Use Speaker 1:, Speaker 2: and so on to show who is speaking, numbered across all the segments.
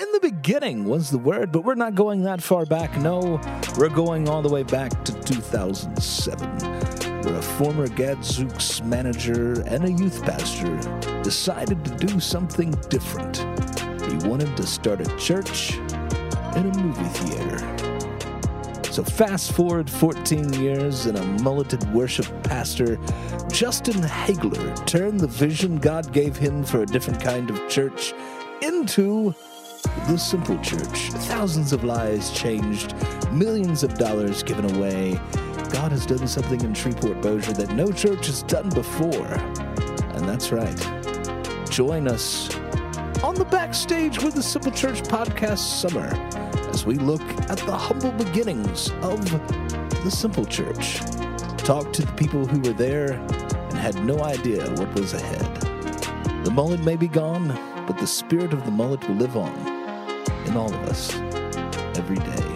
Speaker 1: in the beginning was the word, but we're not going that far back. No, we're going all the way back to 2007, where a former Gadzooks manager and a youth pastor decided to do something different. He wanted to start a church in a movie theater. So, fast forward 14 years, and a mulleted worship pastor, Justin Hagler, turned the vision God gave him for a different kind of church into the simple church. Thousands of lives changed, millions of dollars given away. God has done something in Shreveport Bossier that no church has done before. And that's right. Join us on the backstage with the Simple Church Podcast Summer as we look at the humble beginnings of the Simple Church. Talk to the people who were there and had no idea what was ahead. The mullet may be gone, but the spirit of the mullet will live on in all of us every day.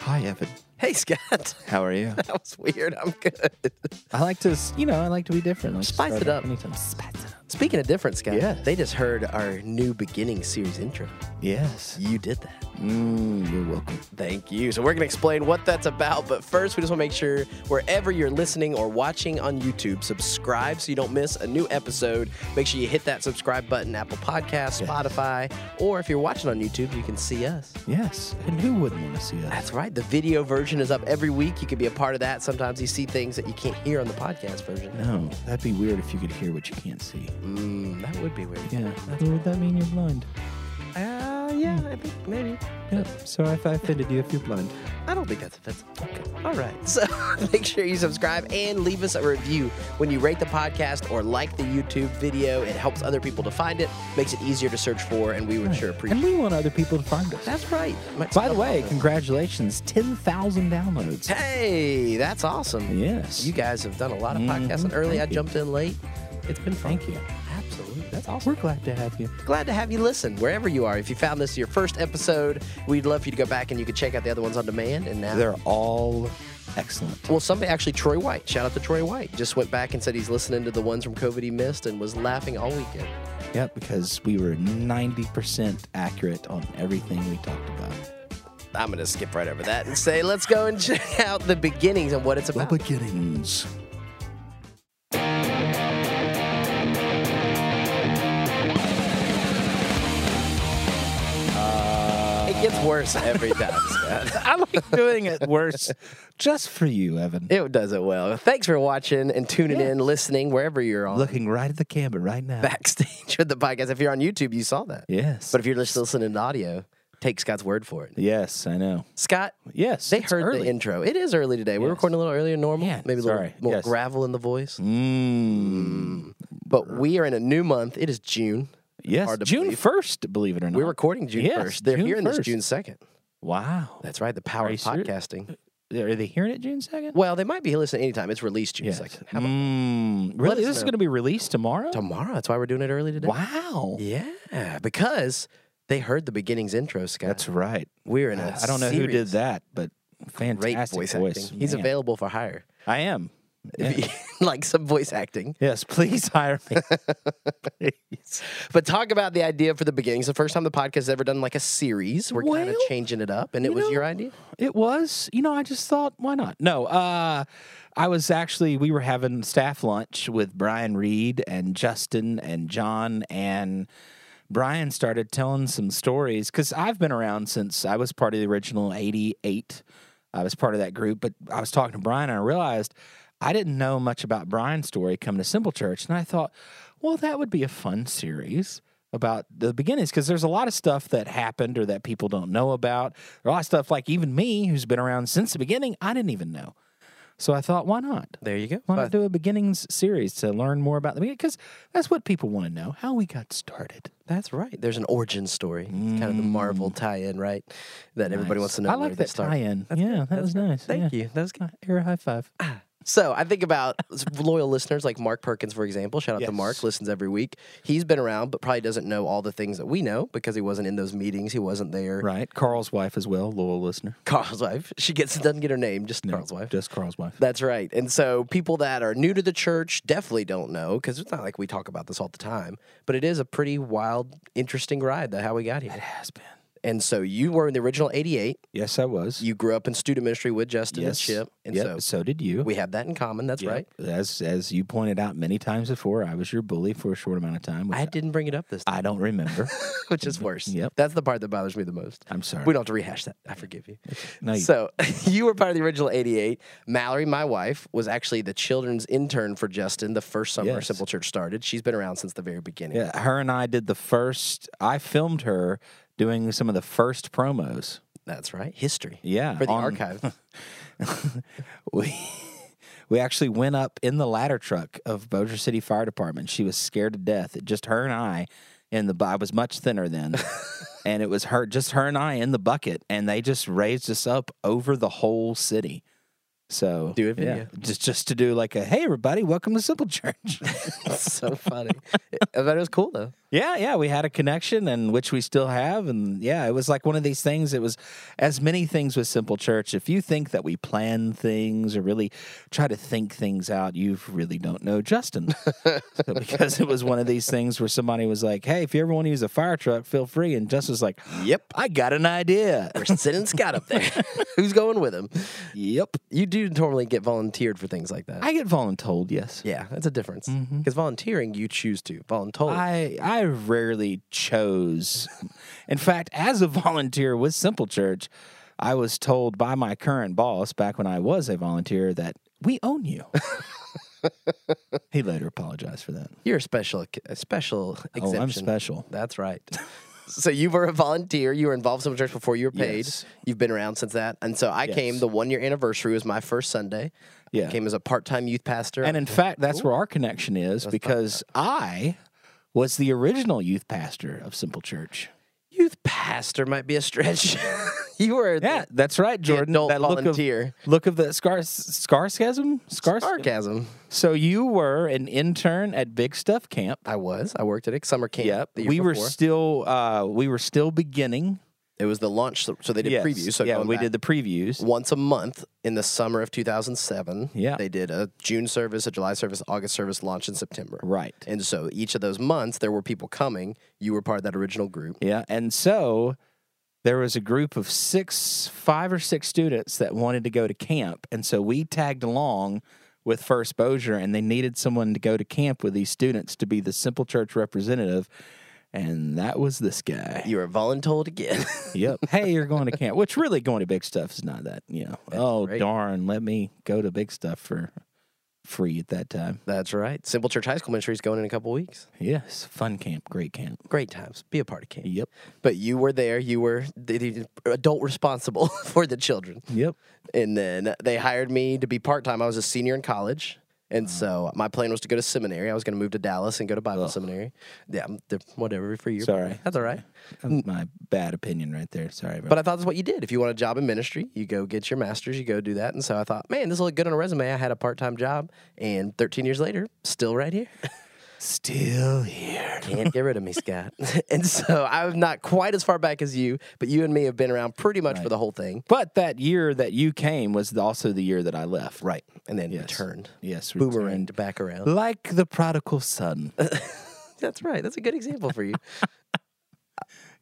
Speaker 2: Hi, Evan.
Speaker 3: Hey, Scott.
Speaker 2: How are you?
Speaker 3: That was weird. I'm good.
Speaker 2: I like to, s- you know, I like to be different. I like to
Speaker 3: Spice
Speaker 2: start
Speaker 3: it up.
Speaker 2: Anything.
Speaker 3: Speaking of different, Scott,
Speaker 2: Yes.
Speaker 3: they just heard our new beginning series intro.
Speaker 2: Yes.
Speaker 3: You did that.
Speaker 2: Mm, you're welcome.
Speaker 3: Thank you. So, we're going to explain what that's about, but first, we just want to make sure wherever you're listening or watching on YouTube, subscribe so you don't miss a new episode. Make sure you hit that subscribe button, Apple Podcasts, Spotify, or if you're watching on YouTube, you can see us.
Speaker 2: Yes. And who wouldn't want to see us?
Speaker 3: That's right. The video version is up every week. You can be a part of that. Sometimes you see things that you can't hear on the podcast version.
Speaker 2: No, that'd be weird if you could hear what you can't see.
Speaker 3: Mm, that would be weird.
Speaker 2: Yeah. Would that mean you're blind?
Speaker 3: Uh, yeah, I think maybe.
Speaker 2: Yep. Sorry if I offended you if you're blind.
Speaker 3: I don't think that's offensive. Okay. All right. So make sure you subscribe and leave us a review when you rate the podcast or like the YouTube video. It helps other people to find it, makes it easier to search for, and we would sure
Speaker 2: And
Speaker 3: appreciate it.
Speaker 2: we want other people to find us.
Speaker 3: That's right. Might
Speaker 2: By the
Speaker 3: stop
Speaker 2: way,
Speaker 3: on this.
Speaker 2: congratulations. 10,000 downloads.
Speaker 3: hey, that's awesome.
Speaker 2: Yes.
Speaker 3: You guys have done a lot of podcasts.
Speaker 2: Mhm.
Speaker 3: And early, I
Speaker 2: Thank you.
Speaker 3: jumped in late. It's been fun.
Speaker 2: Thank you.
Speaker 3: Absolutely. That's awesome.
Speaker 2: We're glad to have you.
Speaker 3: Glad to have you listen wherever you are. If you found this your first episode, we'd love for you to go back and you could check out the other ones on demand. And now
Speaker 2: They're all excellent.
Speaker 3: Well, somebody actually, Troy White. Shout out to Troy White. Just went back and said he's listening to the ones from COVID he missed and was laughing all weekend.
Speaker 2: Yep, because we were 90% accurate on everything we talked about.
Speaker 3: I'm going to skip right over that and say, let's go and check out the beginnings and what it's
Speaker 2: The
Speaker 3: about.
Speaker 2: beginnings.
Speaker 3: it gets worse every time, Scott.
Speaker 2: I like doing it worse just for you, Evan.
Speaker 3: It does it well. Thanks for watching and tuning in, listening, wherever you're on.
Speaker 2: Looking right at the camera right now.
Speaker 3: Backstage with the podcast. If you're on YouTube, you saw that.
Speaker 2: Yes.
Speaker 3: But if you're just listening to audio, take Scott's word for it.
Speaker 2: yes, I know.
Speaker 3: Scott,
Speaker 2: Yes.
Speaker 3: they
Speaker 2: it's
Speaker 3: heard
Speaker 2: early.
Speaker 3: the intro. It is early today. We're
Speaker 2: Yes.
Speaker 3: recording a little earlier than normal.
Speaker 2: Yeah,
Speaker 3: Maybe a little
Speaker 2: sorry.
Speaker 3: more
Speaker 2: Yes.
Speaker 3: gravel in the voice.
Speaker 2: Mm.
Speaker 3: But we are in a new month. It is June.
Speaker 2: Yes,
Speaker 3: Hard to
Speaker 2: June
Speaker 3: believe.
Speaker 2: 1st, believe it or not.
Speaker 3: We're recording June
Speaker 2: Yes,
Speaker 3: 1st. They're
Speaker 2: June
Speaker 3: hearing this
Speaker 2: 1st.
Speaker 3: June 2nd.
Speaker 2: Wow.
Speaker 3: That's right. The power
Speaker 2: Are
Speaker 3: of
Speaker 2: you serious?
Speaker 3: podcasting.
Speaker 2: Are they hearing it June 2nd?
Speaker 3: Well, they might be listening anytime. It's released June
Speaker 2: Yes.
Speaker 3: 2nd. How about
Speaker 2: Mm.
Speaker 3: Let
Speaker 2: Really? This
Speaker 3: us
Speaker 2: is
Speaker 3: know.
Speaker 2: going to be released tomorrow?
Speaker 3: tomorrow? That's why we're doing it early today.
Speaker 2: Wow.
Speaker 3: Yeah, because they heard the beginnings intro, Scott.
Speaker 2: That's right.
Speaker 3: we're in a
Speaker 2: I don't know who did
Speaker 3: serious,
Speaker 2: that, but
Speaker 3: Great
Speaker 2: fantastic
Speaker 3: voice,
Speaker 2: voice.
Speaker 3: acting. He's
Speaker 2: Man.
Speaker 3: available for hire.
Speaker 2: I am.
Speaker 3: If you like some voice acting.
Speaker 2: Yes, please hire me. please.
Speaker 3: But talk about the idea for the beginnings. The first time the podcast has ever done like a series. We're kind of
Speaker 2: Well,
Speaker 3: changing it up, and it
Speaker 2: you
Speaker 3: was
Speaker 2: know,
Speaker 3: your idea.
Speaker 2: It was, you know, I just thought, why not? No, uh, I was actually, we were having staff lunch with Brian Reed and Justin and John, and Brian started telling some stories because I've been around since I was part of the original 88. I was part of that group, but I was talking to Brian and I realized I didn't know much about Brian's story coming to Simple Church. And I thought, well, that would be a fun series about the beginnings because there's a lot of stuff that happened or that people don't know about. There are a lot of stuff like even me, who's been around since the beginning, I didn't even know. So I thought, why not?
Speaker 3: There you go.
Speaker 2: Why not do a beginnings series to learn more about the beginning? Because that's what people want to know how we got started.
Speaker 3: That's right. There's an origin story, It's kind of the Marvel tie-in, right? That everybody wants to know.
Speaker 2: Mm. I
Speaker 3: where
Speaker 2: like
Speaker 3: they
Speaker 2: that
Speaker 3: start.
Speaker 2: tie-in. yeah, that was nice.
Speaker 3: Thank you. That was good.
Speaker 2: Air high five.
Speaker 3: So I think about loyal listeners like Mark Perkins, for example. Shout out to
Speaker 2: Yes.
Speaker 3: Mark, listens every week. He's been around, but probably doesn't know all the things that we know because he wasn't in those meetings. He wasn't there.
Speaker 2: Right. Carl's wife as well, loyal listener.
Speaker 3: Carl's wife. She gets doesn't get her name, just Carl's wife.
Speaker 2: Just Carl's wife.
Speaker 3: That's right. And so people that are new to the church definitely don't know because it's not like we talk about this all the time, but it is a pretty wild, interesting ride that how we got here.
Speaker 2: Has been.
Speaker 3: And so you were in the original 88.
Speaker 2: Yes, I was.
Speaker 3: You grew up in student ministry with Justin and
Speaker 2: yes.
Speaker 3: Chip. And
Speaker 2: Yep,
Speaker 3: so
Speaker 2: did you.
Speaker 3: we have that in common. That's
Speaker 2: Yep.
Speaker 3: right.
Speaker 2: As as you pointed out many times before, I was your bully for a short amount of time, which
Speaker 3: I
Speaker 2: I,
Speaker 3: didn't bring it up this time,
Speaker 2: I don't remember.
Speaker 3: which is worse.
Speaker 2: Mm-hmm. Yep.
Speaker 3: That's the part that bothers me the most.
Speaker 2: I'm sorry.
Speaker 3: We don't have to rehash that. I forgive you.
Speaker 2: no, you-
Speaker 3: So you were part of the original 88. Mallory, my wife, was actually the children's intern for Justin the first summer
Speaker 2: Yes.
Speaker 3: Simple Church started. She's been around since the very beginning.
Speaker 2: Yeah, her and I did the first. I filmed her doing some of the first promos.
Speaker 3: That's right. History.
Speaker 2: Yeah,
Speaker 3: For the
Speaker 2: on-
Speaker 3: archive.
Speaker 2: We we actually went up in the ladder truck of Bossier City Fire Department. She was scared to death. Just her and I in the. bu- I was much thinner then, and it was her, just her and I in the bucket, and they just raised us up over the whole city. So
Speaker 3: Do a
Speaker 2: yeah,
Speaker 3: video.
Speaker 2: just just to do like a hey everybody welcome to Simple Church.
Speaker 3: It's so funny. I thought it was cool though.
Speaker 2: Yeah, yeah, we had a connection, and which we still have, and yeah, it was like one of these things. It was as many things with Simple Church. If you think that we plan things or really try to think things out, you really don't know Justin, So, because it was one of these things where somebody was like, "Hey, if you ever want to use a fire truck, feel free," and Justin's like,
Speaker 3: Yep.
Speaker 2: "I got an idea."
Speaker 3: We're sending Scott up there. Who's going with him?
Speaker 2: yep,
Speaker 3: You do normally get volunteered for things like that.
Speaker 2: I get voluntold. Yes,
Speaker 3: yeah, that's a difference. Because volunteering, you choose to. Voluntold.
Speaker 2: I I rarely chose. In fact, as a volunteer with Simple Church, I was told by my current boss back when I was a volunteer that we own you. he later apologized for that.
Speaker 3: You're a special, a special exception.
Speaker 2: Oh, I'm special.
Speaker 3: That's right. so you were a volunteer. You were involved in Simple Church before you were paid.
Speaker 2: Yes.
Speaker 3: You've been around since that. And so I came.
Speaker 2: Yes.
Speaker 3: The one year anniversary was my first Sunday.
Speaker 2: Yeah.
Speaker 3: came as a part time youth pastor.
Speaker 2: And in fact, that's where our connection is because I was the original youth pastor of Simple Church.
Speaker 3: youth pastor might be a stretch. you were
Speaker 2: Yeah, that's right, Jordan.
Speaker 3: adult
Speaker 2: that
Speaker 3: volunteer.
Speaker 2: Look of, look of the scar scarcasm? Scar-
Speaker 3: sarcasm.
Speaker 2: So you were an intern at Big Stuff Camp.
Speaker 3: I was. I worked at a summer camp.
Speaker 2: Yep.
Speaker 3: the year
Speaker 2: we were
Speaker 3: before.
Speaker 2: still uh, we were still beginning.
Speaker 3: it was the launch, so so they did
Speaker 2: Yes.
Speaker 3: previews. So
Speaker 2: yeah,
Speaker 3: going
Speaker 2: we
Speaker 3: back,
Speaker 2: did the previews.
Speaker 3: once a month in the summer of 2007.
Speaker 2: Yeah.
Speaker 3: they did a June service, a July service, August service, launch in September.
Speaker 2: Right.
Speaker 3: And so each of those months, there were people coming. You were part of that original group.
Speaker 2: Yeah. And so there was a group of six, five or six students that wanted to go to camp, and so we tagged along with First Bossier, and they needed someone to go to camp with these students to be the Simple Church representative, and that was this guy.
Speaker 3: You were voluntold again.
Speaker 2: Yep. hey, you're going to camp. Which really going to big stuff is not that you know. oh
Speaker 3: great.
Speaker 2: darn, let me go to big stuff for free at that time.
Speaker 3: That's right. Simple Church High School Ministry is going in a couple weeks.
Speaker 2: Yes, fun camp, great camp.
Speaker 3: Great times. Be a part of camp.
Speaker 2: Yep,
Speaker 3: But you were there. You were the, the adult responsible for the children.
Speaker 2: yep.
Speaker 3: And then they hired me to be part time. I was a senior in college. And so my plan was to go to seminary. I was going to move to Dallas and go to Bible seminary. Yeah, I'm diff- whatever for you.
Speaker 2: Sorry.
Speaker 3: That's all right.
Speaker 2: That's my bad opinion right there. Sorry, bro.
Speaker 3: But I thought that's what you did. If you want a job in ministry, you go get your master's, you go do that. And so I thought, man, this will look good on a resume. I had a part time job, and 13 years later, still right here.
Speaker 2: still here.
Speaker 3: Can't get rid of me, Scott. and so I'm not quite as far back as you, but you and me have been around pretty much for the whole thing.
Speaker 2: But that year that you came was also the year that I left.
Speaker 3: Right. And then returned,
Speaker 2: Yes, returned. Uh,
Speaker 3: boomeranged back around.
Speaker 2: Like the prodigal son.
Speaker 3: That's right. That's a good example for you.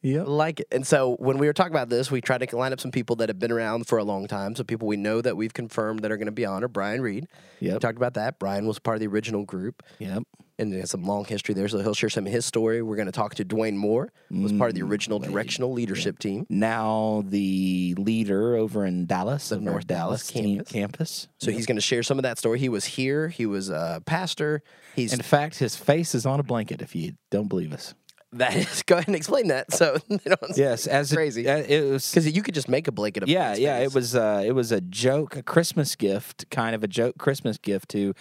Speaker 2: yep.
Speaker 3: like it. And so when we were talking about this, we tried to line up some people that have been around for a long time. So people we know that we've confirmed that are going to be on are Brian Reed.
Speaker 2: Yep.
Speaker 3: We talked about that. Brian was part of the original group.
Speaker 2: Yep.
Speaker 3: and he has some long history there, so he'll share some of his story. We're going to talk to Dwayne Moore, who was part of the
Speaker 2: Mm,
Speaker 3: original directional leadership team.
Speaker 2: Now the leader over in Dallas, the
Speaker 3: North Dallas campus.
Speaker 2: campus.
Speaker 3: So he's going to share some of that story. He was here. He was a pastor. He's
Speaker 2: In fact, his face is on a blanket. If you don't believe us,
Speaker 3: that is. Go ahead and explain that. So they don't,
Speaker 2: yes, as it-
Speaker 3: Crazy.
Speaker 2: uh, it was
Speaker 3: because you could just make a blanket of
Speaker 2: Yeah,
Speaker 3: his
Speaker 2: yeah, it
Speaker 3: face.
Speaker 2: was uh, it was a joke, a Christmas gift, kind of a joke Christmas gift to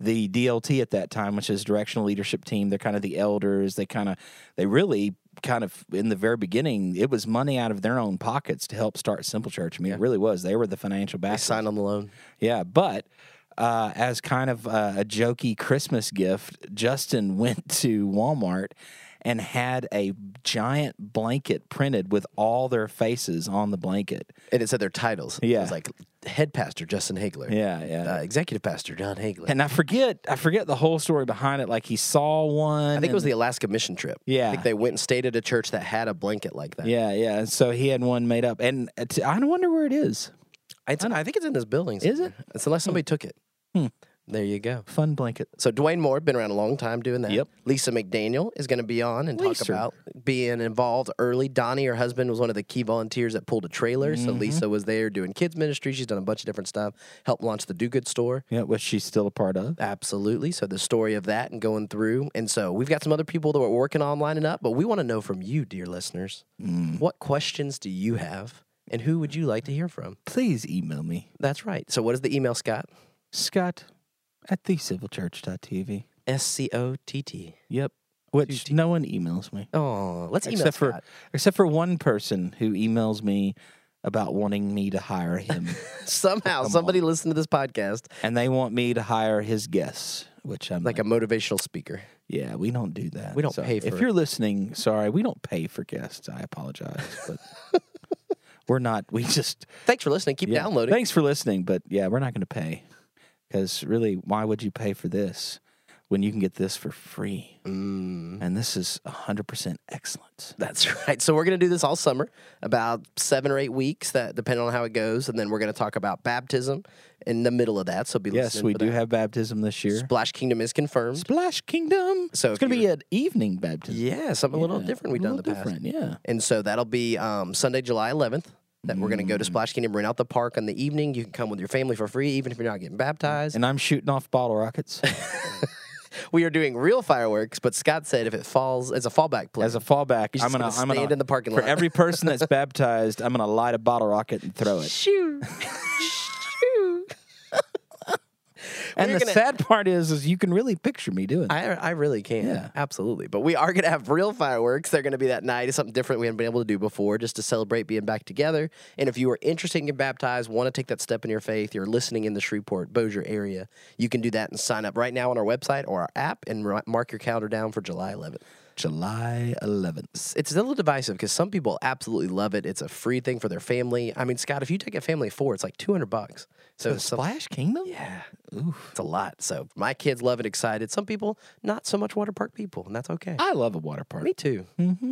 Speaker 2: the DLT at that time, which is Directional Leadership Team. They're kind of the elders. They kind of they really kind of in the very beginning, it was money out of their own pockets to help start Simple Church. I mean, it really was. They were the financial
Speaker 3: I
Speaker 2: back.
Speaker 3: signed on the loan.
Speaker 2: Yeah, but uh, as kind of uh, a jokey Christmas gift, Justin went to Walmart and had a giant blanket printed with all their faces on the blanket.
Speaker 3: And it said their titles. It
Speaker 2: Yeah.
Speaker 3: was like head pastor Justin Hagler.
Speaker 2: Yeah, yeah.
Speaker 3: Uh, executive pastor John Hagler.
Speaker 2: and I forget, I forget the whole story behind it. Like he saw one.
Speaker 3: I think it was the Alaska mission trip.
Speaker 2: Yeah.
Speaker 3: I think they went and stayed at a church that had a blanket like that.
Speaker 2: Yeah, yeah. And so he had one made up, and it's- I wonder where it is.
Speaker 3: It's, I think it's in this building.
Speaker 2: Is Hmm.
Speaker 3: somewhere. It's unless somebody took it. There you go.
Speaker 2: Fun blanket.
Speaker 3: So Dwayne Moore been around a long time doing that.
Speaker 2: Yep.
Speaker 3: Lisa McDaniel is going to be on and talk
Speaker 2: Lisa.
Speaker 3: about being involved early. Donnie, her husband, was one of the key volunteers that pulled a trailer.
Speaker 2: Mm-hmm.
Speaker 3: So Lisa was there doing kids ministry. She's done a bunch of different stuff. Helped launch the Do Good store.
Speaker 2: Yeah, which she's still a part of.
Speaker 3: Absolutely. So the story of that and going through. And so we've got some other people that we're working on lining up, but we want to know from you, dear listeners,
Speaker 2: Mm.
Speaker 3: what questions do you have and who would you like to hear from?
Speaker 2: Please email me,
Speaker 3: That's right. So what is the email, Scott?
Speaker 2: Scott, at thecivilchurch.tv.
Speaker 3: S C O T T.
Speaker 2: Yep. Which no one emails me
Speaker 3: Oh, let's email
Speaker 2: except for
Speaker 3: Scott.
Speaker 2: except for one person who emails me about wanting me to hire him,
Speaker 3: Somehow somebody listened to this podcast
Speaker 2: and they want me to hire his guests. Which I'm
Speaker 3: like
Speaker 2: like,
Speaker 3: a motivational speaker.
Speaker 2: yeah, we don't do that.
Speaker 3: We don't
Speaker 2: So
Speaker 3: pay for
Speaker 2: If
Speaker 3: it.
Speaker 2: you're listening, sorry, we don't pay for guests. I apologize, but we're not. We just
Speaker 3: Thanks for listening. Keep
Speaker 2: Yeah.
Speaker 3: downloading.
Speaker 2: Thanks for listening, but yeah, we're not going to pay because really, why would you pay for this when you can get this for free?
Speaker 3: Mm.
Speaker 2: And this is hundred percent excellence.
Speaker 3: That's right. So we're going to do this all summer, about seven or eight weeks, that depending on how it goes, and then we're going to talk about baptism in the middle of that. So be
Speaker 2: Yes,
Speaker 3: listening
Speaker 2: we
Speaker 3: for
Speaker 2: do
Speaker 3: that.
Speaker 2: have baptism this year.
Speaker 3: Splash Kingdom is confirmed.
Speaker 2: Splash Kingdom.
Speaker 3: So
Speaker 2: it's
Speaker 3: if
Speaker 2: going to be
Speaker 3: you're-
Speaker 2: an evening baptism.
Speaker 3: yeah, something a little
Speaker 2: Yeah,
Speaker 3: different we've
Speaker 2: a
Speaker 3: done in the
Speaker 2: little
Speaker 3: past.
Speaker 2: different, Yeah.
Speaker 3: And so that'll be um, Sunday, July 11th. That we're going to go
Speaker 2: Mm.
Speaker 3: to Splash Kingdom, rent out the park in the evening. You can come with your family for free, even if you're not getting baptized.
Speaker 2: And I'm shooting off bottle rockets Mm.
Speaker 3: we are doing real fireworks, but Scott said if it falls, it's a fallback plan.
Speaker 2: as a fallback.
Speaker 3: You're
Speaker 2: I'm
Speaker 3: just
Speaker 2: gonna,
Speaker 3: gonna
Speaker 2: I'm gonna
Speaker 3: stand in the parking
Speaker 2: for
Speaker 3: lot.
Speaker 2: every person that's baptized. I'm gonna light a bottle rocket and throw it.
Speaker 3: Shoo. Shoo.
Speaker 2: And
Speaker 3: We're
Speaker 2: the
Speaker 3: gonna-
Speaker 2: sad part is, is you can really picture me doing. that.
Speaker 3: I, I really can.
Speaker 2: Yeah.
Speaker 3: Absolutely. But we are going to have real fireworks. They're going to be that night. It's something different we haven't been able to do before just to celebrate being back together. And if you are interested in getting baptized, want to take that step in your faith, you're listening in the Shreveport, Bossier area, you can do that and sign up right now on our website or our app and ri- mark your calendar down for July 11th.
Speaker 2: July 11th.
Speaker 3: It's, it's a little divisive because some people absolutely love it. It's a free thing for their family. I mean, Scott, if you take a family of four, it's like 200 bucks. So
Speaker 2: The
Speaker 3: it's some-
Speaker 2: Splash Kingdom?
Speaker 3: Yeah. It's a lot. So my kids love it, excited. Some people, not so much water park people, and that's okay.
Speaker 2: I love a water park.
Speaker 3: Me too.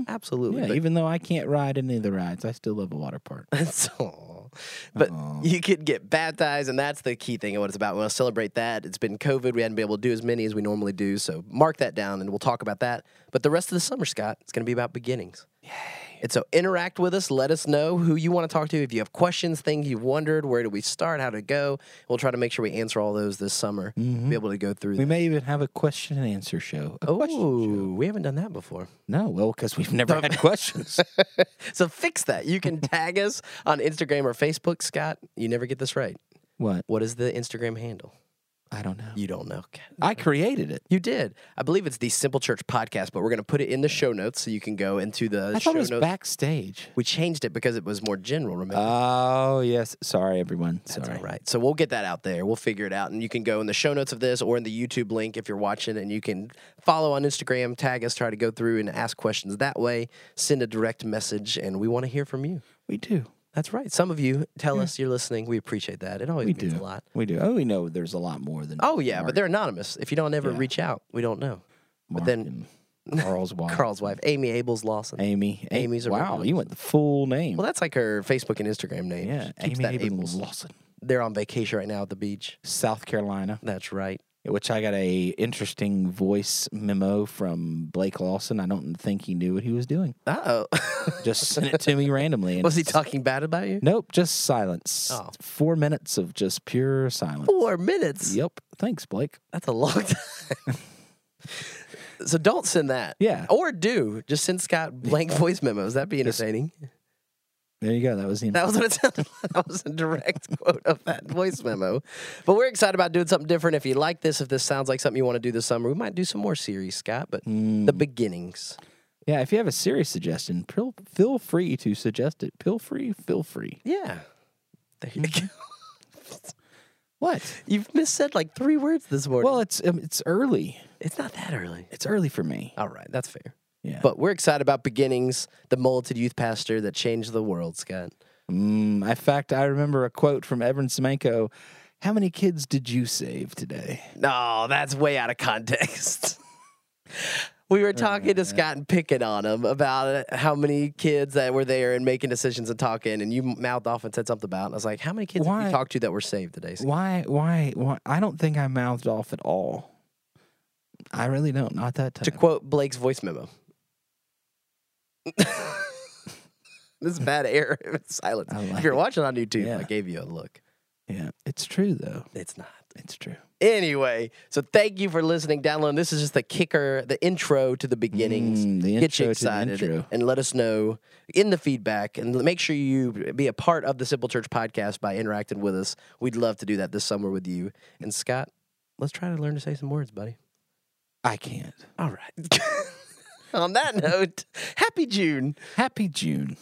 Speaker 3: Absolutely.
Speaker 2: Mm-hmm. Yeah,
Speaker 3: But-
Speaker 2: even though I can't ride any of the rides, I still love a water park.
Speaker 3: That's all. But you could get baptized, and that's the key thing of what it's about. We'll celebrate that. It's been COVID. We hadn't been able to do as many as we normally do. So mark that down, and we'll talk about that. But the rest of the summer, Scott, it's going to be about beginnings. And so interact with us. Let us know who you want to talk to. If you have questions, things you've wondered, where do we start, how to go. We'll try to make sure we answer all those this summer. Be able to go through.
Speaker 2: Mm-hmm. We
Speaker 3: that.
Speaker 2: may even have a question and answer show. A question.
Speaker 3: Oh, we haven't done that before.
Speaker 2: No, well, because we've never had questions.
Speaker 3: So fix that. You can tag us on Instagram or Facebook, Scott. You never get this right.
Speaker 2: what?
Speaker 3: What is the Instagram handle?
Speaker 2: I don't know.
Speaker 3: You don't know. Ken.
Speaker 2: I created it.
Speaker 3: You did. I believe it's the Simple Church podcast, but we're going to put it in the show notes so you can go into the
Speaker 2: I
Speaker 3: show
Speaker 2: thought it was
Speaker 3: notes.
Speaker 2: backstage.
Speaker 3: We changed it because it was more general, remember?
Speaker 2: Oh, yes. Sorry, everyone. Sorry.
Speaker 3: That's all right. So we'll get that out there. We'll figure it out. And you can go in the show notes of this or in the YouTube link if you're watching, and you can follow on Instagram, tag us, try to go through and ask questions that way, send a direct message, and we want to hear from you.
Speaker 2: We do.
Speaker 3: That's right. Some of you tell us you're listening. We appreciate that. It always
Speaker 2: We
Speaker 3: means
Speaker 2: do.
Speaker 3: a lot.
Speaker 2: We do. Oh, we know there's a lot more than.
Speaker 3: Oh yeah, but they're anonymous. If you don't ever reach out, we don't know.
Speaker 2: Mark
Speaker 3: then-
Speaker 2: and Carl's wife.
Speaker 3: Carl's wife, Amy Abels Lawson.
Speaker 2: Amy. A-
Speaker 3: Amy's a
Speaker 2: Wow,
Speaker 3: real-
Speaker 2: you went the full name.
Speaker 3: Well, that's like her Facebook and Instagram name.
Speaker 2: yeah,
Speaker 3: She keeps
Speaker 2: Amy
Speaker 3: that
Speaker 2: Abel
Speaker 3: Abels.
Speaker 2: Lawson,
Speaker 3: They're on vacation right now at the beach.
Speaker 2: South Carolina.
Speaker 3: That's right.
Speaker 2: which I got a interesting voice memo from Blake Lawson. I don't think he knew what he was doing.
Speaker 3: Uh oh.
Speaker 2: Just sent it to me randomly. And
Speaker 3: Was he
Speaker 2: it's-
Speaker 3: talking bad about you?
Speaker 2: Nope, just silence.
Speaker 3: Oh.
Speaker 2: Four minutes of just pure silence.
Speaker 3: Four minutes.
Speaker 2: Yep. Thanks, Blake.
Speaker 3: That's a long time. so don't send that.
Speaker 2: Yeah.
Speaker 3: Or do. Just send Scott blank voice memos. That'd be entertaining.
Speaker 2: There you go. That was the.
Speaker 3: That was what it sounded like. That was a direct quote of that voice memo. But we're excited about doing something different. If you like this, if this sounds like something you want to do this summer, we might do some more series, Scott, but the beginnings.
Speaker 2: yeah. If you have a serious suggestion, feel feel free to suggest it. Feel free. Feel free.
Speaker 3: Mm-hmm. Yeah. There you go.
Speaker 2: What?
Speaker 3: You've missaid like three words this morning.
Speaker 2: Well, it's um, it's early.
Speaker 3: it's not that early.
Speaker 2: It's early for me.
Speaker 3: All right, that's fair.
Speaker 2: Yeah.
Speaker 3: But we're excited about Beginnings, the molted youth pastor that changed the world, Scott.
Speaker 2: Mm, in fact, I remember a quote from Evan Semenko. How many kids did you save today?
Speaker 3: No, that's way out of context. we were talking
Speaker 2: Uh.
Speaker 3: to Scott and picking on him about how many kids that were there and making decisions and talking, and you mouthed off and said something about. It. And I was like, "How many kids have
Speaker 2: Why-
Speaker 3: you talked to that were saved today?" Scott?
Speaker 2: Why? Why? Why? I don't think I mouthed off at all. I really don't. Not that time.
Speaker 3: To quote Blake's voice memo. this is bad air silence.
Speaker 2: I like
Speaker 3: if you're
Speaker 2: it.
Speaker 3: watching on YouTube, I
Speaker 2: Yeah.
Speaker 3: gave you a look.
Speaker 2: yeah, it's true though.
Speaker 3: It's not.
Speaker 2: It's true.
Speaker 3: Anyway, so thank you for listening, download. This is just the kicker, the intro to the beginnings.
Speaker 2: Mm, the
Speaker 3: Get
Speaker 2: intro to
Speaker 3: you
Speaker 2: the
Speaker 3: excited
Speaker 2: intro.
Speaker 3: and let us know in the feedback and make sure you be a part of the Simple Church podcast by interacting with us. We'd love to do that this summer with you. And Scott, let's try to learn to say some words, buddy.
Speaker 2: I can't.
Speaker 3: All right. On that note, happy June.
Speaker 2: Happy June.